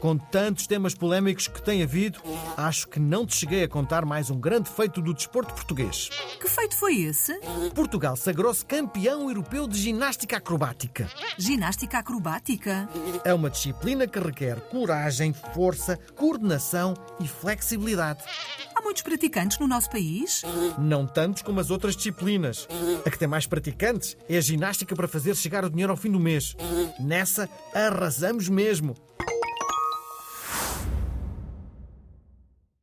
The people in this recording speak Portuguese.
Com tantos temas polémicos que tem havido, acho que não te cheguei a contar mais um grande feito do desporto português. Que feito foi esse? Portugal sagrou-se campeão europeu de ginástica acrobática. Ginástica acrobática? É uma disciplina que requer coragem, força, coordenação e flexibilidade. Há muitos praticantes no nosso país? Não tantos como as outras disciplinas. A que tem mais praticantes é a ginástica para fazer chegar o dinheiro ao fim do mês. Nessa, arrasamos mesmo.